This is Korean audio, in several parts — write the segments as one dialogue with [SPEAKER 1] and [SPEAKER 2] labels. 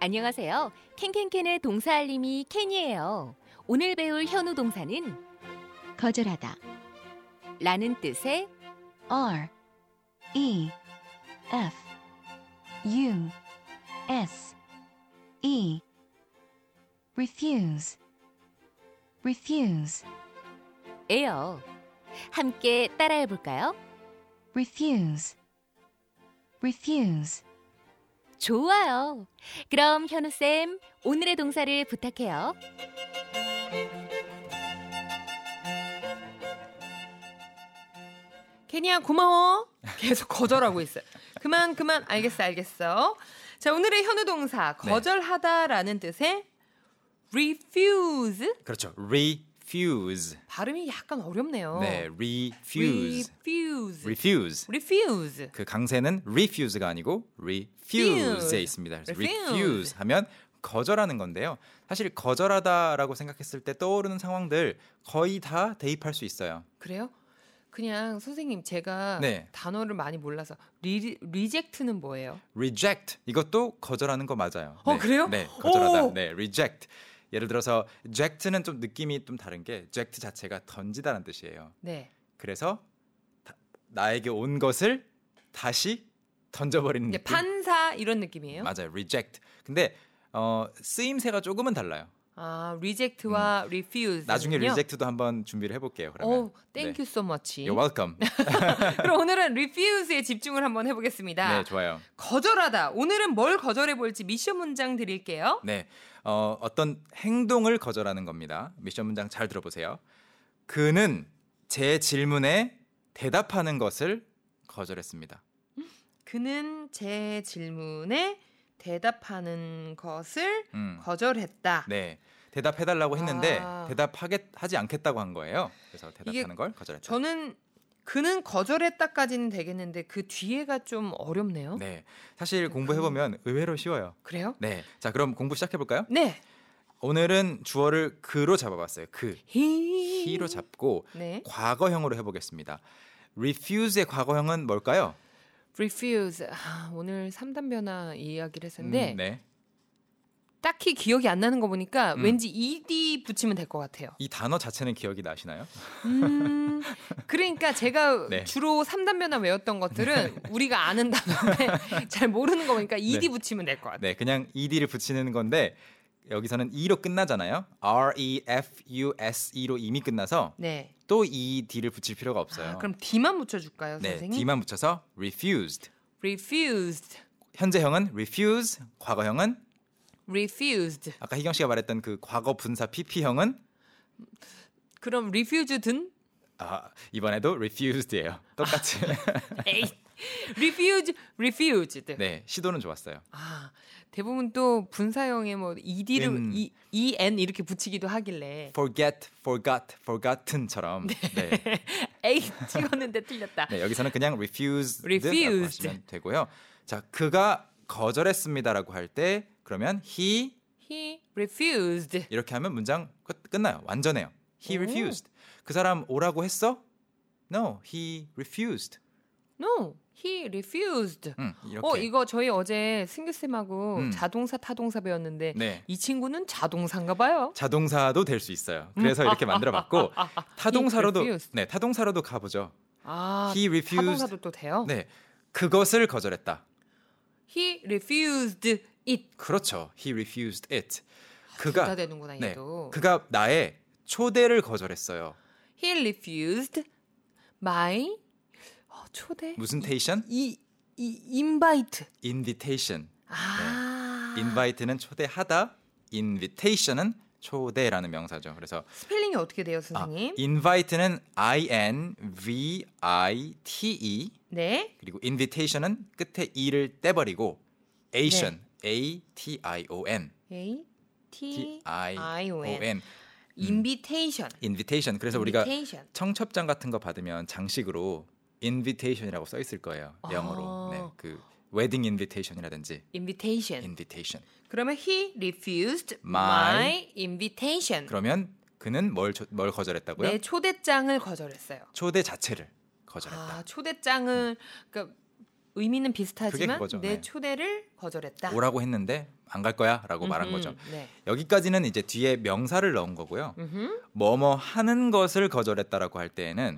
[SPEAKER 1] 안녕하세요. 캔캔캔의 동사 알림이 캔이에요. 오늘 배울 현우 동사는
[SPEAKER 2] 거절하다.
[SPEAKER 1] 라는 뜻의
[SPEAKER 2] R E F U S E refuse refuse
[SPEAKER 1] 에요. 함께 따라해 볼까요?
[SPEAKER 2] refuse refuse
[SPEAKER 1] 좋아요. 그럼 현우쌤, 오늘의 동사를 부탁해요.
[SPEAKER 3] 케냐 고마워. 계속 거절하고 있어요. 그만 그만 알겠어 알겠어. 자 오늘의 현우 동사
[SPEAKER 4] 네.
[SPEAKER 3] 거절하다라는 뜻의 refuse
[SPEAKER 4] 그렇죠. refuse.
[SPEAKER 3] 발음이 약간 어렵네요.
[SPEAKER 4] 네, refuse.
[SPEAKER 3] refuse
[SPEAKER 4] refuse.
[SPEAKER 3] refuse
[SPEAKER 4] 그 강세는 refuse가 아니고 refuse에
[SPEAKER 3] Fuse.
[SPEAKER 4] 있습니다. 그래서
[SPEAKER 3] Refuse.
[SPEAKER 4] refuse 하면 거절하는 건데요. 사실 거절하다라고 생각했을 때 떠오르는 상황들 거의 다 대입할 수 있어요.
[SPEAKER 3] 그래요? 그냥 선생님 제가
[SPEAKER 4] 네.
[SPEAKER 3] 단어를 많이 몰라서 리, 리젝트는 뭐예요?
[SPEAKER 4] reject 이것도 거절하는 거 맞아요.
[SPEAKER 3] 어, 그래요?
[SPEAKER 4] 네, 거절하다.
[SPEAKER 3] 오!
[SPEAKER 4] 네, reject. 예를 들어서 reject는 좀 느낌이 좀 다른 게 reject 자체가 던지다라는 뜻이에요.
[SPEAKER 3] 네.
[SPEAKER 4] 그래서 다- 나에게 온 것을 다시 던져버리는
[SPEAKER 3] 이제
[SPEAKER 4] 느낌.
[SPEAKER 3] 판사 이런 느낌이에요?
[SPEAKER 4] 음, 맞아요. reject. 근데 어, 쓰임새가 조금은 달라요.
[SPEAKER 3] 아 reject와 refuse
[SPEAKER 4] 음. 나중에 reject도 한번 준비를 해볼게요. 그러면. 네.
[SPEAKER 3] 오, 네. thank you so much.
[SPEAKER 4] You're welcome.
[SPEAKER 3] 그럼 오늘은 refuse에 집중을 한번 해보겠습니다.
[SPEAKER 4] 네, 좋아요.
[SPEAKER 3] 거절하다. 오늘은 뭘 거절해 볼지 미션 문장 드릴게요.
[SPEAKER 4] 네, 어, 어떤 행동을 거절하는 겁니다. 미션 문장 잘 들어보세요. 그는 제 질문에 대답하는 것을 거절했습니다.
[SPEAKER 3] 그는 제 질문에 대답하는 것을
[SPEAKER 4] 음.
[SPEAKER 3] 거절했다.
[SPEAKER 4] 네, 대답해달라고 했는데
[SPEAKER 3] 아.
[SPEAKER 4] 대답하게 하지 않겠다고 한 거예요. 그래서
[SPEAKER 3] 이게
[SPEAKER 4] 대답하는 걸 거절했다.
[SPEAKER 3] 저는 그는 거절했다까지는 되겠는데 그 뒤에가 좀 어렵네요.
[SPEAKER 4] 네, 사실 공부해
[SPEAKER 3] 음.
[SPEAKER 4] 보면 의외로 쉬워요.
[SPEAKER 3] 그래요?
[SPEAKER 4] 네, 자 그럼 공부 시작해 볼까요?
[SPEAKER 3] 네.
[SPEAKER 4] 오늘은 주어를 그로 잡아봤어요. 그
[SPEAKER 3] 히.
[SPEAKER 4] 히로 잡고
[SPEAKER 3] 네.
[SPEAKER 4] 과거형으로 해보겠습니다. refuse의 과거형은 뭘까요?
[SPEAKER 3] refuse. 아, 오늘 3단 변화
[SPEAKER 4] 음,
[SPEAKER 3] 이야기를 했었는데
[SPEAKER 4] 네.
[SPEAKER 3] 딱히 기억이 안 나는 거 보니까
[SPEAKER 4] 음.
[SPEAKER 3] 왠지 ed 붙이면 될 것 같아요.
[SPEAKER 4] 이 단어 자체는 기억이 나시나요?
[SPEAKER 3] 음, 그러니까 제가
[SPEAKER 4] 네.
[SPEAKER 3] 주로 3단 변화 외웠던 것들은 우리가 아는 단어인데 잘 모르는 거 보니까 ed
[SPEAKER 4] 네.
[SPEAKER 3] 붙이면 될 것 같아요.
[SPEAKER 4] 네, 그냥 ed를 붙이는 건데 여기서는 e로 끝나잖아요. r e f u s e로 이미 끝나서
[SPEAKER 3] 네.
[SPEAKER 4] 또 ed를 붙일 필요가 없어요.
[SPEAKER 3] 아, 그럼 d만 붙여줄까요,
[SPEAKER 4] 네,
[SPEAKER 3] 선생님?
[SPEAKER 4] d만 붙여서 refused.
[SPEAKER 3] refused,
[SPEAKER 4] 현재형은 refuse, 과거형은
[SPEAKER 3] refused.
[SPEAKER 4] 아까 희경 씨가 말했던 그 과거 분사 pp형은
[SPEAKER 3] 그럼 refused는?
[SPEAKER 4] 아, 이번에도 refused예요. 똑같이.
[SPEAKER 3] 아, 에이, refused, refused.
[SPEAKER 4] 네, 시도는 좋았어요.
[SPEAKER 3] 아, 대부분 또 분사형에 뭐 ed를
[SPEAKER 4] 음.
[SPEAKER 3] e, en 이렇게 붙이기도 하길래
[SPEAKER 4] forget, forgot, forgotten처럼. 네.
[SPEAKER 3] 에이 찍었는데 틀렸다.
[SPEAKER 4] 네, 여기서는 그냥 refused
[SPEAKER 3] Refused.
[SPEAKER 4] 라고 하시면 되고요. 자, 그가 거절했습니다라고 할 때 그러면 he
[SPEAKER 3] He refused.
[SPEAKER 4] 이렇게 하면 문장 끝, 끝나요. 완전해요. he
[SPEAKER 3] 오.
[SPEAKER 4] refused. 그 사람 오라고 했어? no, he refused.
[SPEAKER 3] No, he refused.
[SPEAKER 4] 음, 이렇게.
[SPEAKER 3] 어 이거 저희 어제 승규 쌤하고
[SPEAKER 4] 음.
[SPEAKER 3] 자동사 타동사 배웠는데
[SPEAKER 4] 네.
[SPEAKER 3] 이 친구는 자동사인가 봐요.
[SPEAKER 4] 자동사도 될 수 있어요. 그래서 이렇게 만들어 봤고 타동사로도
[SPEAKER 3] 음. He refused.
[SPEAKER 4] 네, 타동사로도 가 보죠.
[SPEAKER 3] 아
[SPEAKER 4] he refused.
[SPEAKER 3] 타동사도 또 돼요.
[SPEAKER 4] 네. 그것을 거절했다.
[SPEAKER 3] He refused it.
[SPEAKER 4] 그렇죠. he refused it.
[SPEAKER 3] 둘다
[SPEAKER 4] 그가
[SPEAKER 3] 되는구나
[SPEAKER 4] 네.
[SPEAKER 3] 얘도.
[SPEAKER 4] 그가 나의 초대를 거절했어요.
[SPEAKER 3] He refused my 어, 초대
[SPEAKER 4] 무슨 테이션?
[SPEAKER 3] 이, 이 인바이트.
[SPEAKER 4] invitation.
[SPEAKER 3] 아
[SPEAKER 4] 네. invite는 초대하다, invitation은 초대라는 명사죠. 그래서
[SPEAKER 3] 스펠링이 어떻게 돼요,
[SPEAKER 4] 아,
[SPEAKER 3] 선생님?
[SPEAKER 4] invite는 i n v i t e
[SPEAKER 3] 네.
[SPEAKER 4] 그리고 invitation은 끝에 e를 떼버리고 ation
[SPEAKER 3] 네.
[SPEAKER 4] a t i o n
[SPEAKER 3] A
[SPEAKER 4] t
[SPEAKER 3] T
[SPEAKER 4] i o
[SPEAKER 3] I-O-N.
[SPEAKER 4] n
[SPEAKER 3] invitation.
[SPEAKER 4] invitation. 그래서 우리가
[SPEAKER 3] invitation.
[SPEAKER 4] 청첩장 같은 거 받으면 장식으로 invitation이라고 써 있을 거예요. 영어로.
[SPEAKER 3] 아.
[SPEAKER 4] 네. 그 웨딩 invitation이라든지
[SPEAKER 3] invitation.
[SPEAKER 4] invitation.
[SPEAKER 3] 그러면 he refused
[SPEAKER 4] My
[SPEAKER 3] my invitation.
[SPEAKER 4] 그러면 그는 뭘, 조- 뭘 거절했다고요?
[SPEAKER 3] 내 초대장을 거절했어요.
[SPEAKER 4] 초대 자체를 거절했다.
[SPEAKER 3] 아, 초대장을 그러니까 의미는 비슷하지만
[SPEAKER 4] 그거죠.
[SPEAKER 3] 내
[SPEAKER 4] 네.
[SPEAKER 3] 초대를 거절했다.
[SPEAKER 4] 오라고 했는데 안 갈 거야라고 말한
[SPEAKER 3] 음흠,
[SPEAKER 4] 거죠.
[SPEAKER 3] 네.
[SPEAKER 4] 여기까지는 이제 뒤에 명사를 넣은 거고요.
[SPEAKER 3] 음흠.
[SPEAKER 4] 뭐뭐 하는 것을 거절했다라고 할 때에는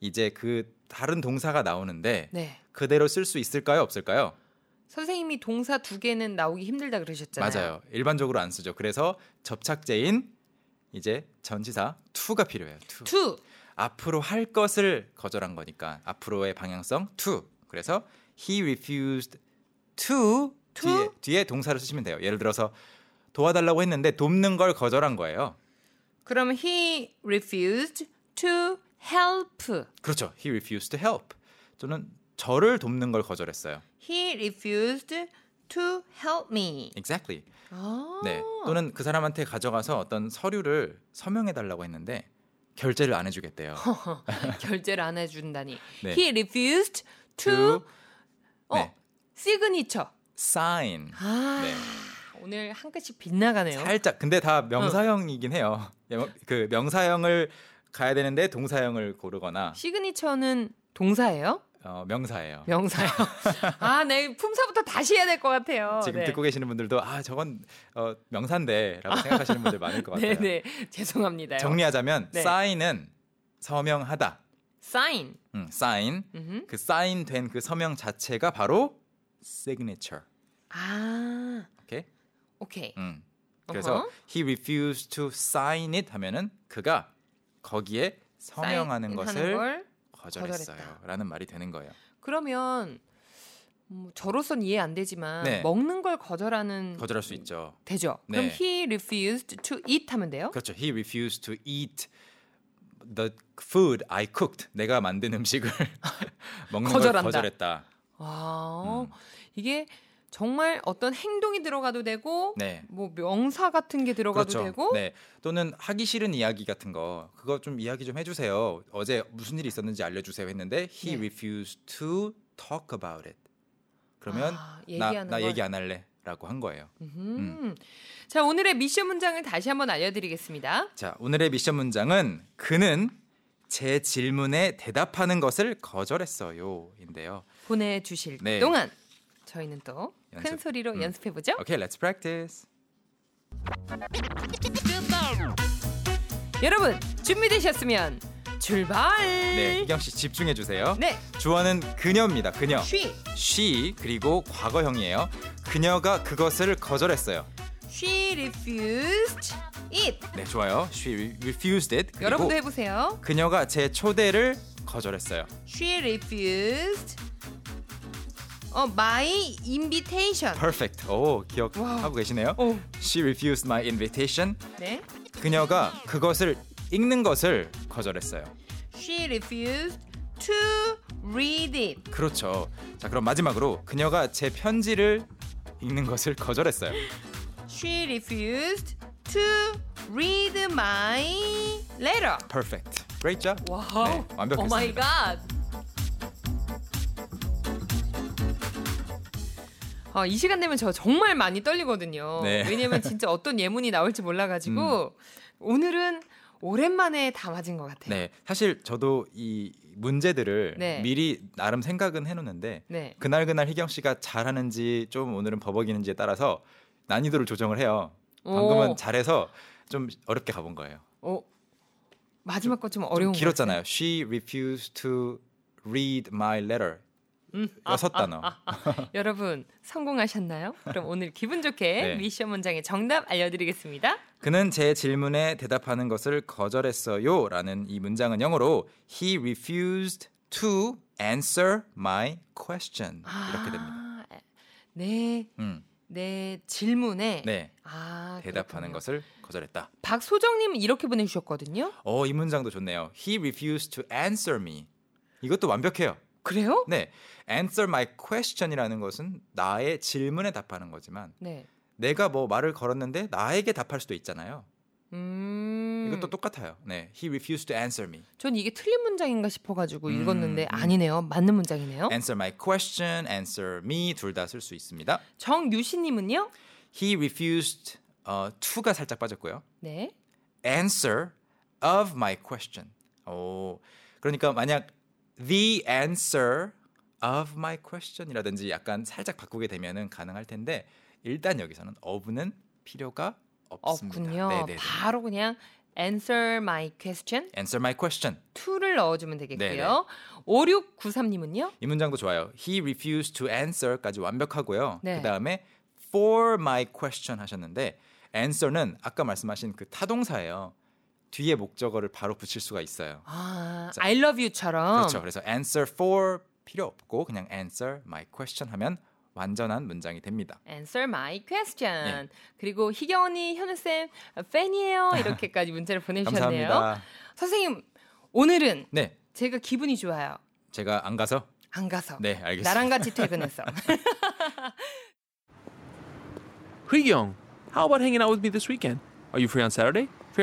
[SPEAKER 4] 이제 그 다른 동사가 나오는데
[SPEAKER 3] 네.
[SPEAKER 4] 그대로 쓸 수 있을까요, 없을까요?
[SPEAKER 3] 선생님이 동사 두 개는 나오기 힘들다 그러셨잖아요.
[SPEAKER 4] 맞아요. 일반적으로 안 쓰죠. 그래서 접착제인 이제 전치사 to가 필요해요. to.
[SPEAKER 3] to
[SPEAKER 4] 앞으로 할 것을 거절한 거니까 앞으로의 방향성 to. 그래서 he refused to,
[SPEAKER 3] To?
[SPEAKER 4] 뒤에, 뒤에 동사를 쓰시면 돼요. 예를 들어서 도와달라고 했는데 돕는 걸 거절한 거예요.
[SPEAKER 3] 그럼 he refused to help.
[SPEAKER 4] 그렇죠. He refused to help. 또는 저를 돕는 걸 거절했어요.
[SPEAKER 3] He refused to help me.
[SPEAKER 4] Exactly.
[SPEAKER 3] 아.
[SPEAKER 4] 네. 또는 그 사람한테 가져가서 어떤 서류를 서명해 달라고 했는데 결제를 안 해주겠대요.
[SPEAKER 3] 결제를 안 해준다니.
[SPEAKER 4] 네.
[SPEAKER 3] He refused to,
[SPEAKER 4] To
[SPEAKER 3] 어
[SPEAKER 4] 네.
[SPEAKER 3] 시그니처.
[SPEAKER 4] sign.
[SPEAKER 3] 아
[SPEAKER 4] 네.
[SPEAKER 3] 오늘 한 끗이 빗나가네요.
[SPEAKER 4] 살짝 근데
[SPEAKER 3] 어.
[SPEAKER 4] 다 명사형이긴 해요. 명- 그 명사형을 가야 되는데 동사형을 고르거나
[SPEAKER 3] 시그니처는 동사예요?
[SPEAKER 4] 어, 명사예요.
[SPEAKER 3] 명사요. 아, 네 품사부터 다시 해야 될 것 같아요.
[SPEAKER 4] 지금
[SPEAKER 3] 네. 아.
[SPEAKER 4] 듣고 계시는 분들도 아 저건 어, 명사인데라고 생각하시는 분들 많을 것 같아요.
[SPEAKER 3] 네, 네. 죄송합니다.
[SPEAKER 4] 정리하자면
[SPEAKER 3] 네.
[SPEAKER 4] sign은 서명하다.
[SPEAKER 3] sign.
[SPEAKER 4] 음, sign
[SPEAKER 3] 음흠.
[SPEAKER 4] 그 사인된 그 서명 자체가 바로 signature.
[SPEAKER 3] 아,
[SPEAKER 4] 오케이?
[SPEAKER 3] 오케이.
[SPEAKER 4] 음. 그래서
[SPEAKER 3] 어허.
[SPEAKER 4] he refused to sign it 하면은 그가 거기에 서명하는
[SPEAKER 3] 사인하는
[SPEAKER 4] 것을
[SPEAKER 3] 걸. 거절했다.
[SPEAKER 4] 거절했어요라는 말이 되는 거예요.
[SPEAKER 3] 그러면 음, 저로선 이해 안 되지만
[SPEAKER 4] 네.
[SPEAKER 3] 먹는 걸 거절하는
[SPEAKER 4] 거절할 수 있죠.
[SPEAKER 3] 되죠. 그럼
[SPEAKER 4] 네.
[SPEAKER 3] he refused to eat 하면 돼요?
[SPEAKER 4] 그렇죠. He refused to eat the food I cooked. 내가 만든 음식을 먹는 걸
[SPEAKER 3] 거절한다.
[SPEAKER 4] 거절했다.
[SPEAKER 3] 아,
[SPEAKER 4] 음.
[SPEAKER 3] 이게 정말 어떤 행동이 들어가도 되고
[SPEAKER 4] 네.
[SPEAKER 3] 뭐 명사 같은 게 들어가도
[SPEAKER 4] 그렇죠.
[SPEAKER 3] 되고
[SPEAKER 4] 네. 또는 하기 싫은 이야기 같은 거 그거 좀 이야기 좀 해주세요. 어제 무슨 일이 있었는지 알려주세요 했는데 he
[SPEAKER 3] 네.
[SPEAKER 4] refused to talk about it. 그러면
[SPEAKER 3] 아,
[SPEAKER 4] 나 나
[SPEAKER 3] 얘기하는 걸.
[SPEAKER 4] 얘기 안 할래라고 한 거예요.
[SPEAKER 3] 음. 자, 오늘의 미션 문장을 다시 한번 알려드리겠습니다.
[SPEAKER 4] 자 오늘의 미션 문장은 그는 제 질문에 대답하는 것을 거절했어요인데요.
[SPEAKER 3] 보내주실
[SPEAKER 4] 네.
[SPEAKER 3] 동안 저희는 또 큰
[SPEAKER 4] 연습.
[SPEAKER 3] 소리로
[SPEAKER 4] 음.
[SPEAKER 3] 연습해보죠.
[SPEAKER 4] 오케이, let's practice.
[SPEAKER 3] 여러분, 준비되셨으면 출발!
[SPEAKER 4] 네, 희경 씨 집중해 주세요.
[SPEAKER 3] 네,
[SPEAKER 4] 주어는 그녀입니다. 그녀.
[SPEAKER 3] she.
[SPEAKER 4] she 그리고 과거형이에요. 그녀가 그것을 거절했어요.
[SPEAKER 3] She refused it.
[SPEAKER 4] 네, 좋아요. She re- refused it. 그리고
[SPEAKER 3] 여러분도 해보세요.
[SPEAKER 4] 그녀가 제 초대를 거절했어요.
[SPEAKER 3] She refused 어, my invitation.
[SPEAKER 4] Perfect. 오, 기억하고
[SPEAKER 3] 와.
[SPEAKER 4] 계시네요.
[SPEAKER 3] 어,
[SPEAKER 4] She refused my invitation.
[SPEAKER 3] 네.
[SPEAKER 4] 그녀가 그것을 읽는 것을 거절했어요.
[SPEAKER 3] She refused to read it.
[SPEAKER 4] 그렇죠. 자, 그럼 마지막으로 그녀가 제 편지를 읽는 것을 거절했어요.
[SPEAKER 3] She refused to read my letter.
[SPEAKER 4] Perfect. Great job.
[SPEAKER 3] 와우. Oh
[SPEAKER 4] 네,
[SPEAKER 3] 오 마이
[SPEAKER 4] 완벽했습니다.
[SPEAKER 3] 갓. 어, 이 시간 되면 저 정말 많이 떨리거든요.
[SPEAKER 4] 네. 음.
[SPEAKER 3] 왜냐면 진짜 어떤 예문이 나올지 몰라가지고 오늘은 오랜만에 다 맞은 것 같아요.
[SPEAKER 4] 네, 사실 저도 이 문제들을
[SPEAKER 3] 네.
[SPEAKER 4] 미리 나름 생각은 해놓는데
[SPEAKER 3] 네.
[SPEAKER 4] 그날 그날 희경 씨가 잘하는지 좀 오늘은 버벅이는지에 따라서 난이도를 조정을 해요. 방금은
[SPEAKER 3] 오.
[SPEAKER 4] 잘해서 좀 어렵게 가본 거예요.
[SPEAKER 3] 어, 마지막 거 좀
[SPEAKER 4] 좀
[SPEAKER 3] 어려운 거
[SPEAKER 4] 길었잖아요. She refused to read my letter.
[SPEAKER 3] 음, 아,
[SPEAKER 4] 여섯 단어.
[SPEAKER 3] 여러분 성공하셨나요? 그럼 오늘 기분 좋게
[SPEAKER 4] 네.
[SPEAKER 3] 미션 문장의 정답 알려드리겠습니다.
[SPEAKER 4] 그는 제 질문에 대답하는 것을 거절했어요라는 이 문장은 영어로 He refused to answer my question 이렇게 됩니다.
[SPEAKER 3] 아, 네,
[SPEAKER 4] 음,
[SPEAKER 3] 내 질문에
[SPEAKER 4] 네,
[SPEAKER 3] 아,
[SPEAKER 4] 대답하는
[SPEAKER 3] 그렇군요.
[SPEAKER 4] 것을 거절했다.
[SPEAKER 3] 박소정님 이렇게 보내주셨거든요.
[SPEAKER 4] 어, 이 문장도 좋네요. He refused to answer me. 이것도 완벽해요.
[SPEAKER 3] 그래요?
[SPEAKER 4] 네, answer my question이라는 것은 나의 질문에 답하는 거지만
[SPEAKER 3] 네.
[SPEAKER 4] 내가 뭐 말을 걸었는데 나에게 답할 수도 있잖아요.
[SPEAKER 3] 음.
[SPEAKER 4] 이것도 똑같아요. 네, he refused to answer me.
[SPEAKER 3] 전 이게 틀린 문장인가 싶어가지고
[SPEAKER 4] 음,
[SPEAKER 3] 읽었는데
[SPEAKER 4] 음.
[SPEAKER 3] 아니네요. 맞는 문장이네요.
[SPEAKER 4] answer my question, answer me 둘 다 쓸 수 있습니다.
[SPEAKER 3] 정유신님은요?
[SPEAKER 4] He refused 어, to가 살짝 빠졌고요.
[SPEAKER 3] 네.
[SPEAKER 4] answer of my question. 오, 그러니까 만약 the answer of my question이라든지 약간 살짝 바꾸게 되면은 가능할 텐데 일단 여기서는 of는 필요가 없습니다.
[SPEAKER 3] 없군요.
[SPEAKER 4] 네, 네, 네.
[SPEAKER 3] 바로 그냥 answer my question
[SPEAKER 4] Answer my question.
[SPEAKER 3] 2를 넣어주면
[SPEAKER 4] 네,
[SPEAKER 3] 되겠고요. 5693님은요?
[SPEAKER 4] 이 문장도 좋아요. He refused to answer까지 완벽하고요.
[SPEAKER 3] 네.
[SPEAKER 4] 그 다음에 for my question 하셨는데 answer는 아까 말씀하신 그 타동사예요. 뒤에 목적어를 바로 붙일 수가 있어요.
[SPEAKER 3] 아, I love you처럼
[SPEAKER 4] 그렇죠. 그래서 answer for 필요 없고 그냥 answer my question 하면 완전한 문장이 됩니다.
[SPEAKER 3] answer my
[SPEAKER 4] 네.
[SPEAKER 3] question. 그리고 희경언니, 현우쌤 팬이에요. 이렇게까지 문자를 보내주셨네요.
[SPEAKER 4] 감사합니다.
[SPEAKER 3] 선생님, 오늘은
[SPEAKER 4] 네,
[SPEAKER 3] 제가 기분이 좋아요.
[SPEAKER 4] 제가 안 가서
[SPEAKER 3] 안 가서.
[SPEAKER 4] 네 알겠습니다.
[SPEAKER 3] 나랑 같이 퇴근해서.
[SPEAKER 5] Young, how about hanging out with me this weekend? Are you free on Saturday? Free